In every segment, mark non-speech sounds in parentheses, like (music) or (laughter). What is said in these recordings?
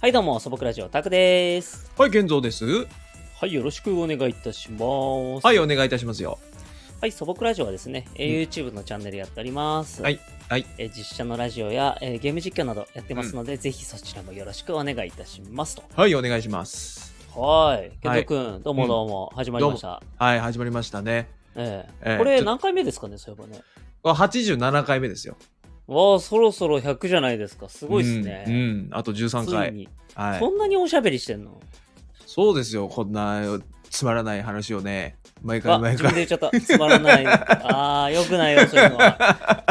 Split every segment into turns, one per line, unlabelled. はい、どうも、素朴ラジオ、タクです。
はい、健三です。
はい、よろしくお願いいたします。
はい、お願いいたしますよ。
はい、素朴ラジオはですね、えー YouTube のチャンネルやっております。
はい、はい。
えー実写のラジオや、えーゲーム実況などやってますので、ぜひそちらもよろしくお願いいたしますと。
はい、お願いします。
はーい。ケント君、どうもどうも、始まりました。
はい、始まりましたね。
ええ
ええ
こ
ち
れ
ょ
何回目ですかね、そういえばね。
あ87回目ですよ。
わあ、そろそろ100じゃないですか。すごいっすね。
うん、うんあと13
つい
回。
に、
は
そ
い。
んなにおしゃべりしてんの
そうですよ、こんなつまらない話をね、毎
あ
回、毎
自分
回。
で言っちゃった。つまら
(laughs)
ない。ああ、よくないよ、そういうのは。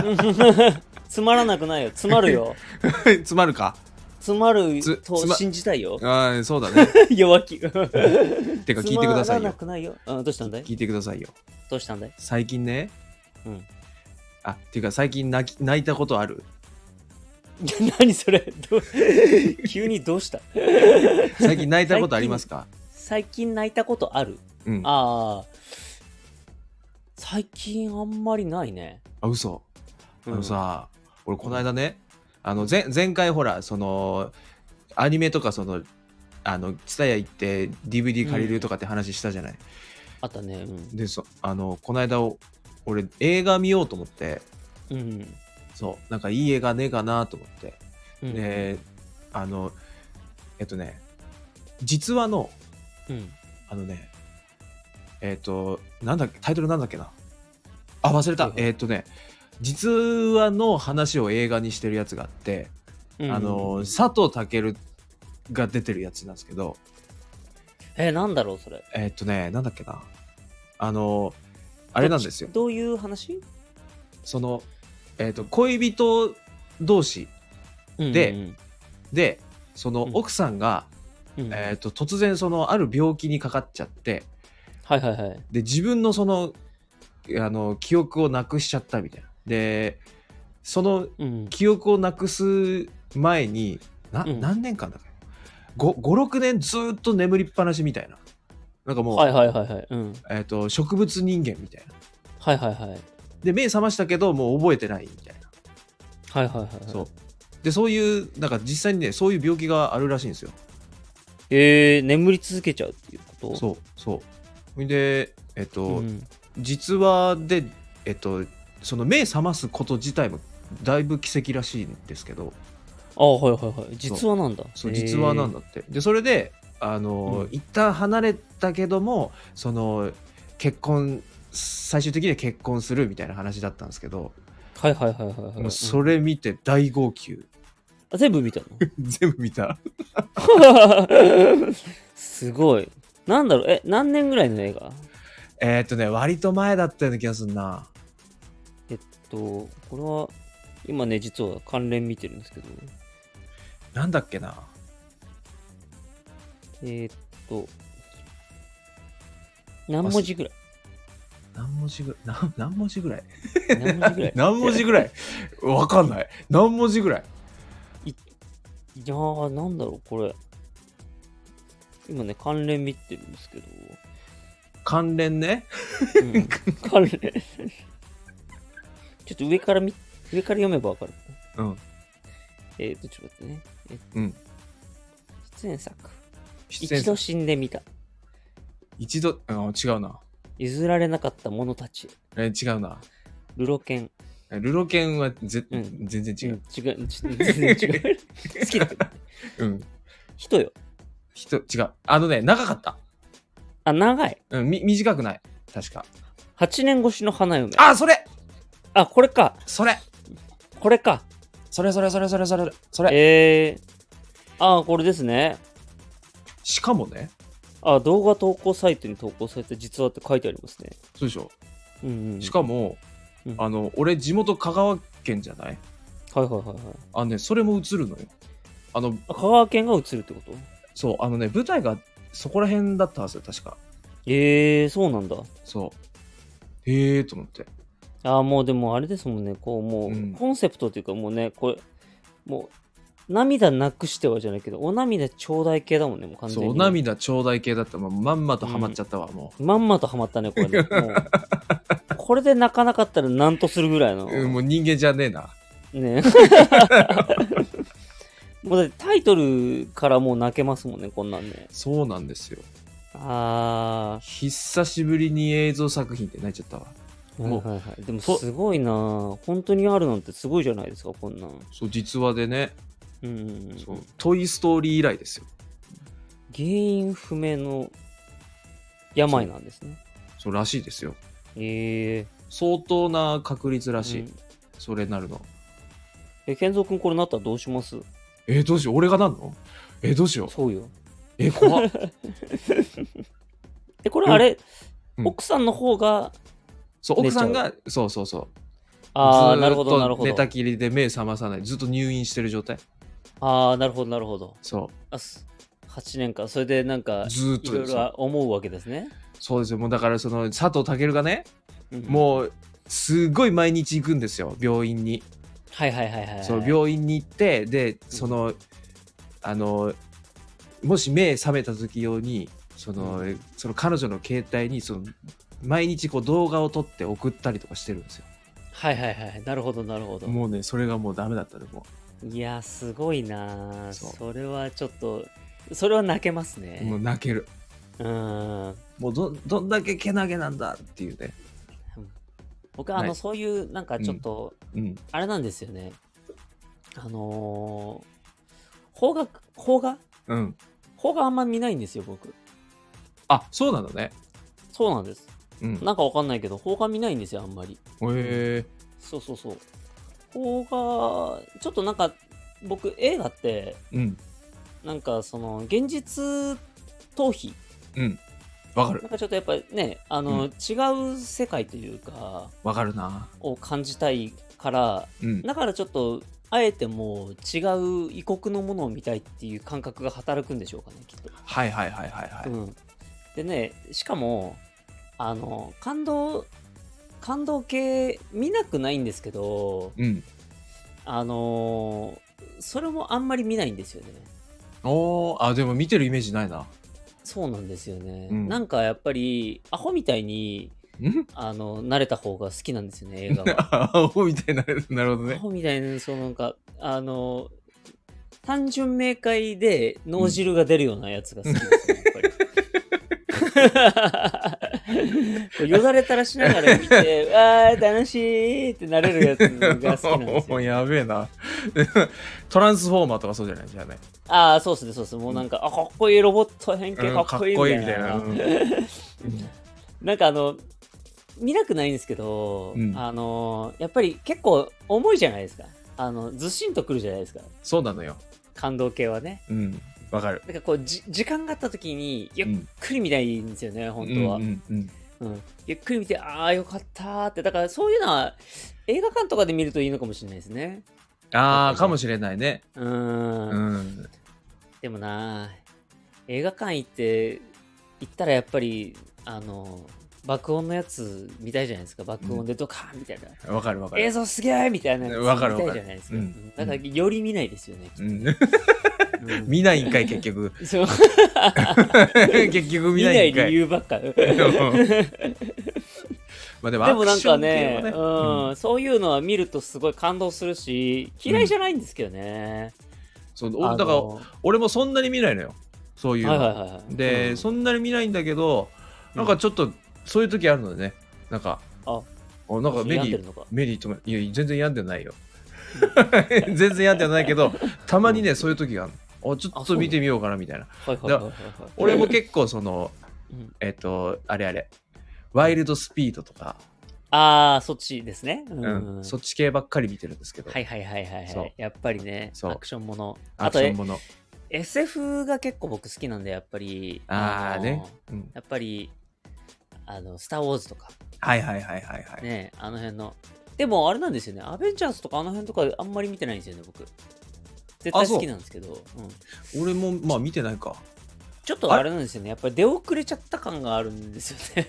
(laughs) つまらなくないよ。詰まるよ。
(laughs) つまるか。
詰まる
つ
と
つま
信じたいよ。
あーそう
(laughs)
だね。
弱気。
てか、聞いてくださ
つまら
い
な
よ。
くないよ。うん、どうしたんだい
聞いてくださいよ。
どうしたんだい (laughs)
最近ね。
うん。
あ、っていうか、最近泣き泣いたことある。
いや何それどう (laughs) 急にどうした
最近泣いたことありますか
最近泣いたことある
うん。あ、
ああ。最近あんまりないね。
嘘。
う
あの
ん
さ、俺この間ねあの前前回ほらそのアニメとかそのあの蔦屋行って DVD 借りるとかって話したじゃない、
あったね。うん
でそあのこの間お俺映画見ようと思って
うん。
そうなんかいい映画ねえかなと思って、
うん。
であのえっとね実話の
うん。
あのねえっとなんだっけタイトルなんだっけなあ忘れた、
はいはい
えっとね実話の話を映画にしてるやつがあって、
うん
あの、佐藤健が出てるやつなんですけど、
えー、なんだろう、それ。
えーっとね、なんだっけな。あの、あれなんですよ
どっち。どういう話
その、えーっと、恋人同士で
うん
で、その
うん
奥さんが、
うんうん、
えーっと、突然そのある病気にかかっちゃって、
はいはいはい。
で、自分のその、あの、記憶をなくしちゃったみたいな。で、その
うん、
記憶をなくす前に、な、
うん
何年間だっけ ?5、6年ずーっと眠りっぱなしみたいな。なんかもう、
はいはいはいはい。うん、
えー、と植物人間みたいな。
はいはいはい。はい
で目覚ましたけどもう覚えてないみたいな。
はいはいはい。
そうでそういうなんか実際にねそういう病気があるらしいんですよ。
えー、眠り続けちゃうっていうこと
そうそう。ほいでえっ、と、
ん
実話でえっ、とその目覚ますこと自体もだいぶ奇跡らしいんですけど
あはいはいはい。実話なんだ。
そう実話なん
だ。
だって。でそれであの、
うん
一旦離れたけどもその結婚最終的には結婚するみたいな話だったんですけど、
はいはいはいはい、はい
もうそ
ん
れ見て大号泣、 (laughs)
あ全部見たの
全部見た
(laughs) すごい。なんだろう、え、何年ぐらいの映画
えーっとね、割と前だったような気がするな。
えっと、これは、今ね、実は関連見てるんですけど、
なんだっけな。
えーっと、何文字ぐらい
何文字ぐ (laughs) らい何何文字ぐら
(laughs)
い
何文字ぐらい
(laughs) 何文字ぐらいわかんない。何文字ぐらい
いやー、なんだろう、これ。今ね、関連見てるんですけど。
関連ね。
うん、関連。 (laughs) ちょっと上から見、上から読めばわかる。
うん。
えっ、ー、と、ちょっと待ってね。えっと
うん。
出演作。
出演
一
者
度死んでみた。
一度、うん、違うな。
譲られなかった者たち。
え違うな。
ルロケン。
ルロケンはぜ、
うん
全然違
う
う。
ん違う。ち全然
(laughs)
違う。好きだけど。
うん。
人よ。
人、違う。あのね、長かった。
あ、長い。
うん、み短くない。確か。
8年越しの花嫁。あ、
あ、それ
これか。
それ
これか。
それそれそれそれそれそれ。
えー。あ、これですね。
しかもね、
あ、動画投稿サイトに投稿された実話って書いてありますね。
そうでしょ。
うん、うん。
しかも、
うん
あの、俺、地元香川県じゃない
はいはいはいはい。
あのね、それも映るのよ。あの、
あ香川県が映るってこと
そう、あのね、舞台がそこら辺だったはずよ、確か。
ええー、そうなんだ。
そう。へえーと思って。
ああ、もうでもあれですもんね、こう、もう、
うん
コンセプトというか、もうね、これ、もう、涙なくしてはじゃないけど、お涙ちょうだい系だもんね、もう完全
そ
に。
う、お涙ちょうだい系だった。まあまんまとハマっちゃったわ、も
まんまとハマったね、これ
(laughs)
ね。もうこれで泣かなかったらなんとするぐらいの。
(laughs) う。うん、もう人間じゃねえな。
ね。もうだってタイトルからもう泣けますもんね、こんなんね。
そうなんですよ。
あ
久しぶりに映像作品って泣いちゃったわ。
ー、
もう
はいはいはい、でも
そ
すごいなあ本当にあるなんてすごいじゃないですか、こんなん。
そう、実話でね、
うんうんうん
そう、トイ・ストーリー以来ですよ。
原因不明の病なんですね。
そうらしいですよ。
ええ
相当な確率ら
ら
しい。それになるの。
え、健三君これなったらどうします
えーどうしよう、俺がなんのえーどうしよう。
そうよ。
えー怖
(laughs)
っ
え、これあれ、
うん
奥さんの方が、
そう、奥さんが、そうそうそう。
ああ、
ずーっ
なるほど、なるほ
と寝
ど。
たきりで目覚まさない。ずっと入院してる状態。
ああ、なるほど、なるほど。
そ
あす8年間、それでなんか
う。、ずーっ
い
と
ろいろ思うわけですね。
そうですよ。もうだから、その佐藤健がね、
うん
もう、すごい毎日行くんですよ、病院に。
はいはいはいはいはい。
そう病院に行ってでそのあのもし目覚めた時用にその、
う
その彼女の携帯にその毎日こう動画を撮って送ったりとかしてるんですよ
はいはいはい。なるほどなるほど。
もうねそれがもうダメだったでも
いやー、すごいなー
そ
そ
う
れはちょっと、それは泣けます
うもう
ね。
泣ける
うん。
もうどどんだけけなげなんだっていうね
僕はあ
は
の、
い
そういう、なんかちょっと、
うん
あれなんですよね。あのー、邦画、邦画
うん
邦画あんま見ないんですよ、僕。
あそうなのね
そうなんです。
うんへ
なんかわかんないけど、邦画見ないんですよ、あんまり。
え
そうそうそう。邦画、ちょっとなんか、僕、映画って、
うん
なんかその、現実逃避。
うんわかる
なんかちょっとやっぱりね、あの、
う
違う世界というか、
わかるな
を感じたいから、
うん
だからちょっと、あえてもう違う異国のものを見たいっていう感覚が働くんでしょうかね、きっと。
はいはいはいはいはい、
うん、でねしかもあの感動感動系見なくないんですけど
うん
あのーそれもあんまり見ないんですよね
おーあでも見てるイメージないな
そうなんですよね、
うん
なんかやっぱりアホみたいに
うん (laughs)
あの慣れた方が好きなんですよね映画は
青みたいになるなるほど
ア
ね
ホみたいなそのなんかあの単純明快で脳汁が出るようなやつが好きですね、やっぱり (laughs) こうよだれたらしながら見 (laughs) て、わー、楽しいってなれるやつが (laughs) 好きなんですよ。
(laughs) やべえな。トランスフォーマーとかそうじゃないじゃあね。
ああ、そうっすね、そうっすね。もうなんか、あ、かっこいいロボット変形、
うん
かっこいいみたいな。
かっこいいみたい
(laughs)
な
なんかあの、見なくないんですけど、
うん
あの、やっぱり結構重いじゃないですか。あの、ずしんとくるじゃないですか。
そうなのよ。
感動系はね。
うん。わかる。
なんかこうじ時間があった時にゆ
う
っ
ん
くり見たいんですよね、本当は、
う
うん
んうん
ゆっくり見てああよかったーってだからそういうのは映画館とかで見るといいのかもしれないですね
うんああ、かもしれないね。
うーん
うん。
でもなー映画館行って行ったらやっぱりあの爆音のやつ見たいじゃないですか爆音でドカーンみたいな、
わかるわか
映
る。
像すげえみたいなやつ
わかるわ
見
かる
たいじゃないですか、
うん
うんだからより見ないですよね、
う
きっ
ん (laughs)
とうん
見ないんかい、結局。
(laughs) そう
結局見
見
な
ない
いんか
理
い。
由ばっか
(laughs) まあでも
でもなんか
ア
ね
クション系
うん
はね
そういうのは見るとすごい感動するし嫌いじゃないんですけどね、
そう
あ
俺
の
だから俺もそんなに見ないのよ。そういう
はい
の
はいはいはい
で、
うん
そんなに見ないんだけどなんかちょっとそういう時あるのでねなんか
あ
おなんかメ
病んで
リ
る
ー
のか
メリーともいや全然病んでないよ (laughs) 全然病んではないけどたまにねそういう時があるのおちょ
あ
っ
そうな
と
の
見てみようかなみたいな
はいはいはいはいはい
俺も結構その
うん
えっとあれあれワイルドスピードとか、
ああそっちですねう
うんそっち系ばっかり見てるんですけど、
はいはいはいはい
そ
は
う
いやっぱりね
そう
アクションもの
ア
あ
ク
と
ションもの
SF が結構僕好きなんでやっぱり
ああ
の
ね、うん、
やっぱりあの「スター・ウォーズ」とか
はいはいはいはいはい、
ねあの辺のでもあれなんですよねアベンジャーズとかあの辺とかあんまり見てないんですよね僕絶対
あそう
好きなんですけど、うん、
俺もまあ見てないか
ちょっとあれなんですよねやっぱり出遅れちゃった感があるんですよ
(laughs)
ね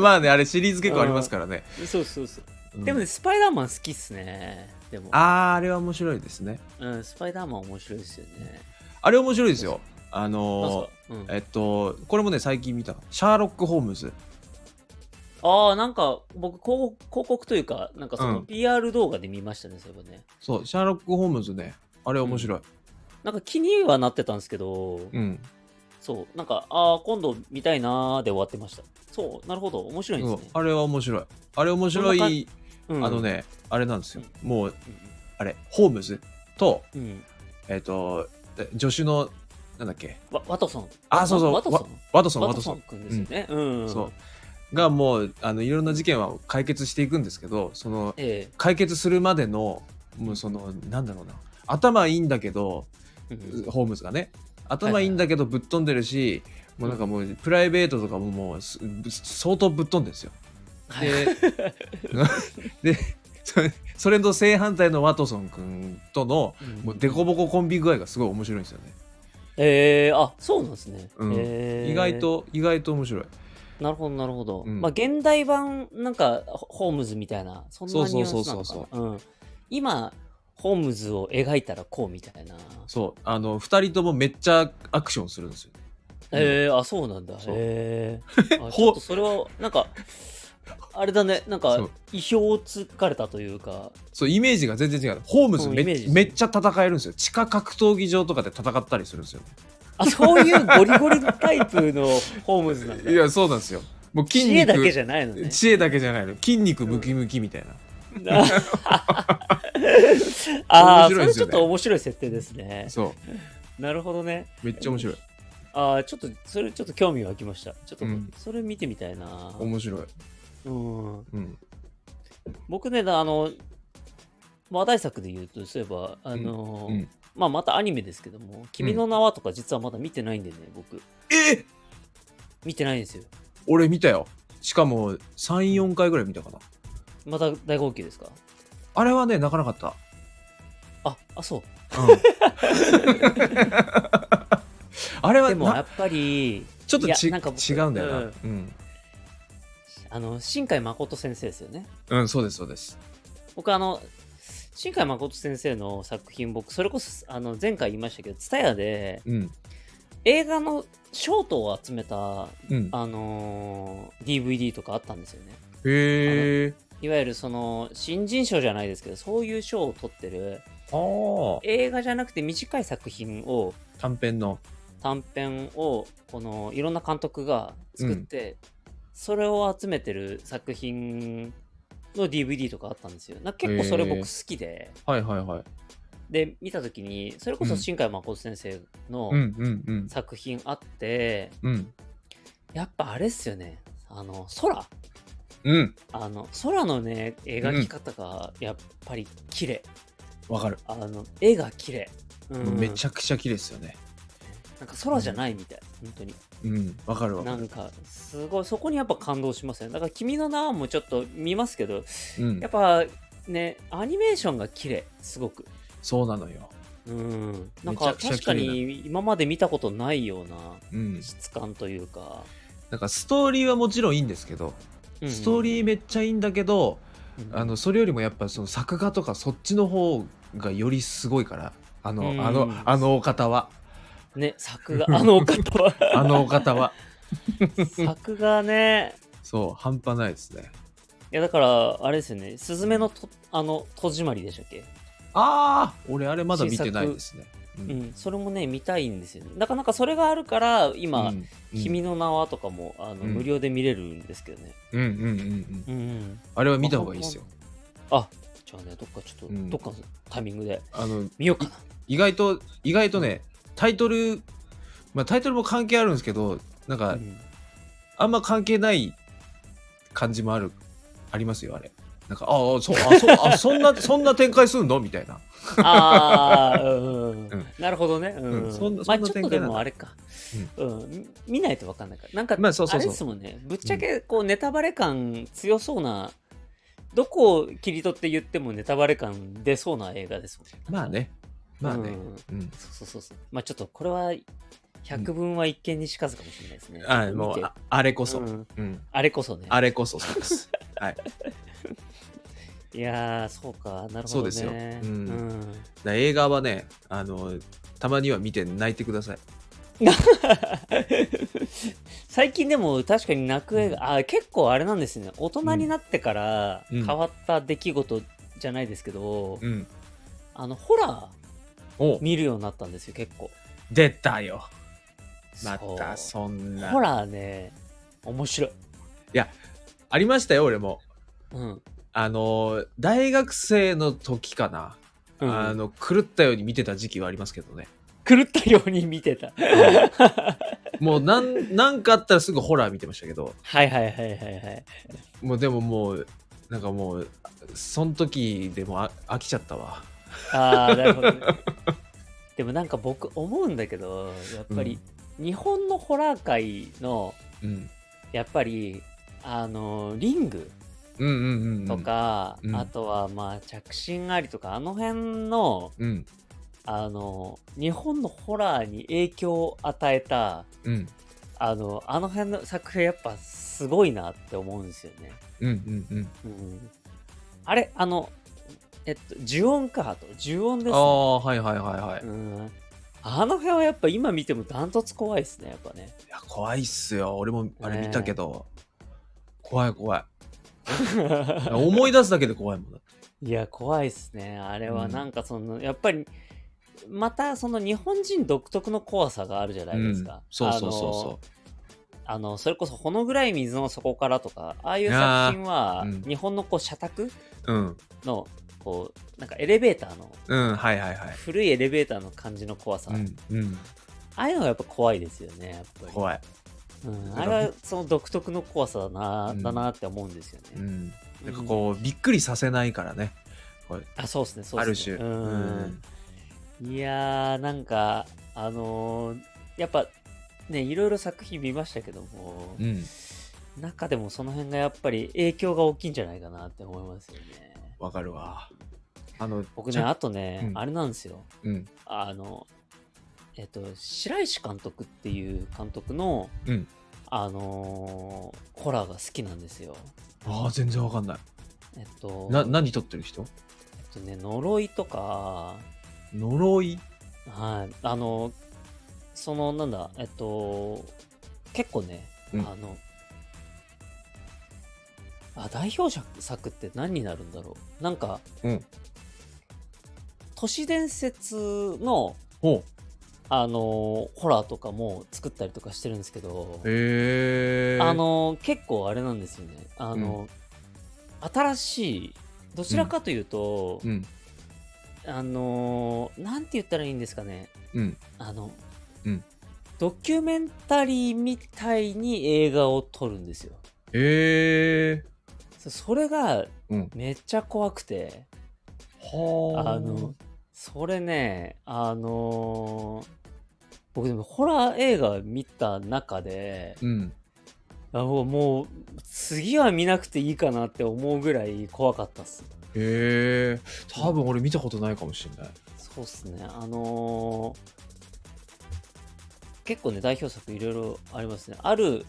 まあねあれシリーズ結構ありますからね、
そうそうそう、
う
(laughs)
ん
でもねスパイダーマン好きっすねでも、
あーあれは面白いですね
うん、スパイダーマン面白いですよね
あれ面白いですよ
な
あ
んす
の
かうん
ーえっとこれもね最近見たシャーロック・ホームズ
ああなんか僕広告広告というかなんかそうの
ん
PR 動画で見ましたね、そういえばね
そうシャーロック・ホームズねあれ面白い。
なんか気にはなってたんですけど、
うん。
そう、なんか、ああ、今度見たいなーで終わってました。そう、なるほど、面白いん
う
で
ん
すね。
あれは面白い。あれ面白い、
うん
あの、ね、あれなんですよ。もう、
うん
あれ、ホームズと、
うんうん、
えっ、と、え助手の、なんだっけ、
ワワトソン。
あそうそう
ワトソン。
ワトソン、
ワ
ワ
ト
トソ
ソン
ン。
君ですよね。うん。
そう。がもう、あの、いろんな事件は解決していくんですけど、その、
え
解決するまでの、もうその、なんだろうな、頭いいんだけど、
えうん
ホームズがね頭いいんだけどぶっ飛んでるし、もうなんかもうプライベートとかももうすぶ相当ぶっ飛んでるんですよ。 (laughs) ででそれそれと正反対のワトソン君との
うん
もうデコボココンビ具合がすごい面白いんですよね。
えー、あそうなんですね。
うん
えー
意外。と意外と面白い。
なるほど、なるほど。
うん
まあ、現代版、なんか、ホホームズみたいな、そんなニュアンスなのかな
そうそうそう
う。ん、今、ホームズを描いたらこうみたいな。
そうあの2人ともめっちゃアクションするんですよ。
えー、あ、そうなんだ。
そう (laughs)
えー、あちょっとそれは、なんか、あれだね、なん
そ
か
う、
意表をつかれたというか、
そうイメージが全然違う。ホームズめ
うんイメージ
っめっちゃ戦えるんですよ。地下格闘技場とかで戦ったりするんですよ。
あ、そういうゴリゴリタイプのホームズなんだ。
いやそうなんですよ。もう筋肉
知恵だけじゃないの
(laughs)
ね。
知恵だけじゃないの筋肉ムキムキみたいな、
ああ、
面白い
そ
ですよね
れちょっと面白い設定ですね。
そ
なるほどね。
うめっちゃ面白い
ああ、ちょっと、それちょっと興味湧きました。ちょっと
うん、
それ見てみたいな。
面白い、
うん。
うん、
僕ね、あの、話題作で言うと、そういえば、あの
うんうん、
まあ、またアニメですけども、君の名はとか実はまだ見てないんでね、僕。
え
見てないんですよ。
俺見たよしかも34回ぐらい見たかな
また大号泣ですか
あれはね泣かなかった、
あ、あ、そう。
うん
(laughs)
あれは
でも、や
な
っぱり、
ちょっと
いや
ち
なんか僕
違うんだよな
う
うんん、うん
あの、新海誠先生ですよね。
そうですそうです
僕あの新海誠先生の作品僕それこそあの前回言いましたけど TSUTAYA で
うん
映画のショートを集めた、
うん
あのー DVD とかあったんですよね
へえ
いわゆるその新人賞じゃないですけどそういう賞を取ってる
あー
映画じゃなくて短い作品を
短編の
短編をこのいろんな監督が作って、それを集めてる作品の DVD とかあったんですよなんか結構それ僕
へ
好きで、
はいはいはい
で見た時にそれこそ新海誠先生の
うんうんうん
作品あって、
うん
やっぱあれっすよねあの空
うん
あの空のね描き方がやっぱり綺麗、
わかる、
あの絵が綺麗、うん、
めち
ゃ
ゃくちゃ綺麗ですよね
なんか空じゃないみたい、本当に
うんわかるわか
な
る
んかすごいそこにやっぱ感動しますねだから「君の名は」もちょっと見ますけど
うん
やっぱねアニメーションが綺麗すごく
そうなのよ
うんなん
め
か
ちゃくちゃ
確か
綺
に今まで見たことないような
うん
質感というか、
なんかストーリーはもちろんいいんですけど、ストーリーめっちゃいいんだけど、
ー
あのそれよりもやっぱその作画とかそっちの方がよりすごいからあの、
うん
あのあのお方は
ね作画 (laughs) あのお方は
(laughs) あのお方
(laughs)
は
作画ね
そう半端ないですね
いやだからあれですよね「すずめのとあの戸締まり」でしたっけ
ああ俺あれまだ見てないですねう
うんんそれもね見たいんですよねだからなんかそれがあるから今「
うん
君の名は」とかもあの、
うん
無料で見れるんですけどね
うんうんうんうん
うん
あれは見た方がいいですよ
あじゃあねどっかちょっと、
うん
どっかのタイミングで
あの
見ようかな
意外と意外とねタイトルまあタイトルも関係あるんですけどなんか
うん
あんま関係ない感じもある、ありますよ、あれ。なんか、ああ、そう、 (laughs) あ、そう、あ、そんな、そんな展開すんのみたいな。 (laughs)
ああ、うん
うん
なるほどね。うん
うんそんな
まあ
そんな
ちょっと
展
で
開なんだ
もあれか、うん見ないと分かんないから。なんか、
まあそうそうそう
れですもんね。ぶっちゃけこうネタバレ感強そうな、どこを切り取って言ってもネタバレ感出そうな映画ですもんね。
まあね。まあね。
うん
うん。
そうそうそうそう。まあちょっとこれは、百分は一見にしかずかもしれないですね。
あも
見
う
て
あ、あれこそ。
うん
うん。
あれこそね。
あれこそそうです。はい。だか
いやー、そうか。なるほどね。
そうですよ
う
うん
ん。
ら映画はね、あの、たまには見て泣いてください。
(laughs) 最近でも確かに泣く映画、
う
あ結構あれなんですね大人になってから
うん
変わった出来事じゃないですけど、
うん。
あのホラー
お
見るようになったんですよ、結構。
出たよまた
そ
そん
う
な
ホラーね、面白い。
ありましたよ俺も
うん。
あの大学生の時かな、
うん
あの狂ったように見てた時期はありますけど
(laughs)
ね
狂ったように見てた。
もうなんなんかあったらすぐホラー見てましたけど
はいはいはいはいはい。
もうでももうなんかもうその時でもあ飽きちゃったわ
ああ、なるほどね、でもなんか僕思うんだけど、やっぱり日本のホラー界の、
うん
やっぱり、あの、リング
うんうんうんうん
とか、
うん
あとはまあ着信ありとか、あの辺の、
うん
あの、日本のホラーに影響を与えた、
うん
あの、あの辺の作品やっぱすごいなって思うんですよね。
うんうんうん
うん。あれ、あの、えっと、呪音かと、呪音です、
あ
ね。
あはいはいはいは
う
い、い
ん。あの辺はやっぱ今見てもダントツ怖いですね、やっぱね。
や怖いっすよ俺もあれ見たけど、怖い怖い思い出すだけで怖いも
(laughs)
んだって
いや、怖いっすね。あれは
うん
なんかその、やっぱり、またその日本人独特の怖さがあるじゃないですか。
うん、そうそうそうそ
あのあのそれこそ、ほの暗い水の底からとか、ああいう作品は
あーうん、
日本のこう社宅
ううん
の、こう、なんかエレベーターの、
うんはいはいはい
古いエレベーターの感じの怖さ、
うんうん
ああいうのがやっぱ怖いですよね、やっぱり。
怖い、
うん、あれはその独特の怖さだな,、
うん
だなって思うんですよね。
うん、なんか
うん
こうびっくりさせないからね
あそうですねそう
あ
で
る
すね
種
うん、いやーなんかあのーやっぱねいろいろ作品見ましたけども、
うんうん
中でもその辺がやっぱり影響が大きいんじゃないかなって思いますよね
わかるわあの
僕
ち
ね
ゃ
あとね、
うん
あれなんですよ
うん
あのえっと白石監督っていう監督の、
うん
あのーホラーが好きなんですよ
ああ全然わかんない
えっと
な何撮ってる人
えっとね呪いとか
呪い
はい、あの、その、なんだ、えっと、結構ね、
うん
あの、あ、代表作って何になるんだろう。なんか、
うん
都市伝説の、
ほ
あの、ホラーとかも作ったりとかしてるんですけど
う、へえ
あの、結構あれなんですよね。あの、新しい、どちらかというと、
うん
あの、なんて言ったらいいんですかね。
うん
あの、
うん
ドキュメンタリーみたいに映画を撮るんですよ。
へえ
そそれが
うん
めっちゃ怖くて、
は
あの、それね、あのー僕でもホラー映画見た中で、
うん
あもうもう次は見なくていいかなって思うぐらい怖かったっす。
へえ多分俺見たことないかもしれない
そうっすね、あのー結構ね、代表作いろいろありますね。ある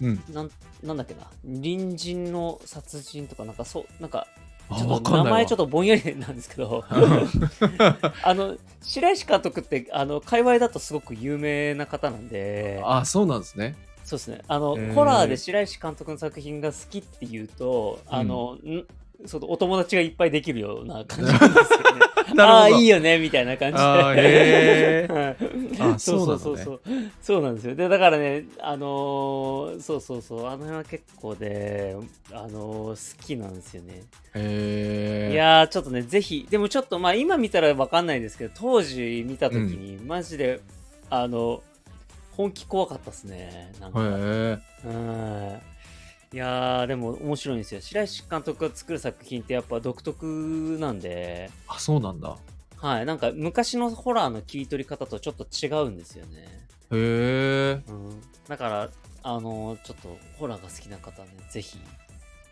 うん
なんなんだっけな隣人の殺人とかなんかそうなんか
あ
ちょ
わ
っと
かんない
名前ちょっ
と
とぼんやりなんですけどあの白石監督ってあの界隈だとすごく有名な方なんで
(laughs) あそうなんですね
そうですねあの、
へー
ホラーで白石監督の作品が好きっていうとあの、んそのお友達がいっぱいできるような
(laughs)
感じなんですよね (laughs) ああいいよねみたいな感じで
あー
(laughs)
へ
はい
あ
そうそうそ
そ
う
うなのね
そうそうなんですよでだからねあのーそうそうそうあの辺は結構で、あのー好きなんですよね、
へえ
いやーちょっとねぜひでもちょっとまあ今見たらわかんないですけど当時見た時に、マジであの本気怖かったっすねなんか、
へ
うんいやーでも面白いんですよ白石監督が作る作品ってやっぱ独特なんで
あそうなんだ
はいなんか昔のホラーの切り取り方とちょっと違うんですよね
へえ
うん、だから、あのちょっとホラーが好きな方はね、ぜひ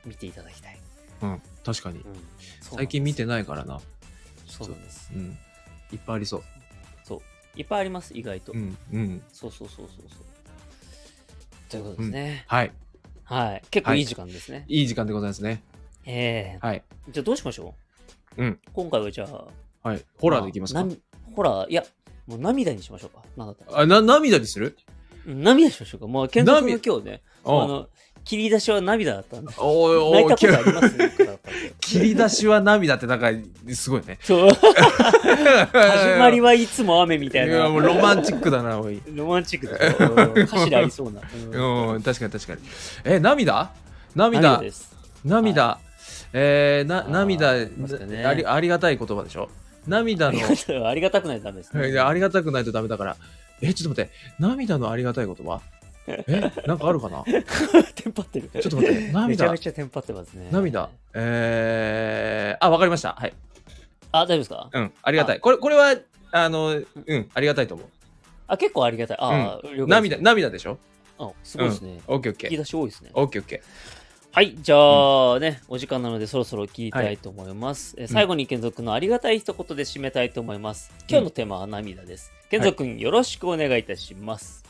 見ていただきたい。
うん確かに
うん、
最近見てないからな
そうなんです。
うんいっぱいありそう
そう。いっぱいあります、意外と。
うんうん
そうそうそうそうそう。ということですね。
はい
はい。結構いい時間ですね。
いい時間でございますね
ええ
はい
じゃあどうしましょう
うん。
今回はじゃあ。
はいホラーでいきますか
あなホラー、いや、もう涙にしましょうか。なんだったら。
あな涙にする
うん涙にしましょうか。もう、健太君が今日ね、あ
うん
の、切り出しは涙だったんで。
お
泣い
いおい
たことあります僕ら
切り出しは涙ってなんかすごいね
そう始
始
まりはいつも雨みたい
い
な。
やもうロマンチックだなおい
ロマンチックだ
(laughs)
よ。うん歌詞でありそうな。うん
うん確かに確かにえ涙涙
です。
涙、えーな
あー
涙
ありますよね
ありありがたい言葉でしょ涙
あ
の
りがたいありがたくないとダメですね。
いやありがたくないとダメだからえちょっと待って涙のありがたい言葉えなんかあるかなち
テンパってる。
ょっと
(laughs)
待って
めちゃ
涙
めちゃテンパってますね。
涙えー、あわかりましたはい
あ、大丈夫ですか
うんありがたいこれこれはあのうんありがたいと思う
あ、結構ありがたい。あ、了解で
涙
す。
涙でしょ
あ、すごいですね。
オッケーオッケ
引き
ー
出し多いですね。
オッケーオッケ
はい、じゃあね、お時間なのでそろそろ聞きたいと思います。えー最後に健三君のありがたい一言で締めたいと思います。今日のテーマは涙です。健三君、よろしくお願いいたします。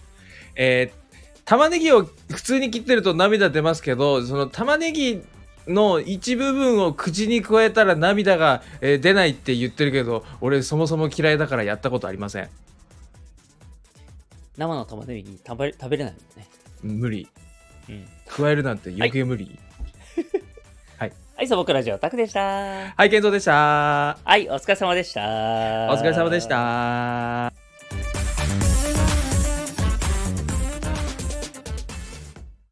ーえー玉ねぎを普通に切ってると涙出ますけどその玉ねぎの一部分を口に加えたら涙が、えー出ないって言ってるけど俺そもそも嫌いだからやったことありません
生の玉ねぎ食べ食べれないもんね。
無理
うん。
加えるなんて余計無理
はい、サボクラジオタクでした。
はい健三でした
はい、お疲れ様でした。
お疲れ様でし。た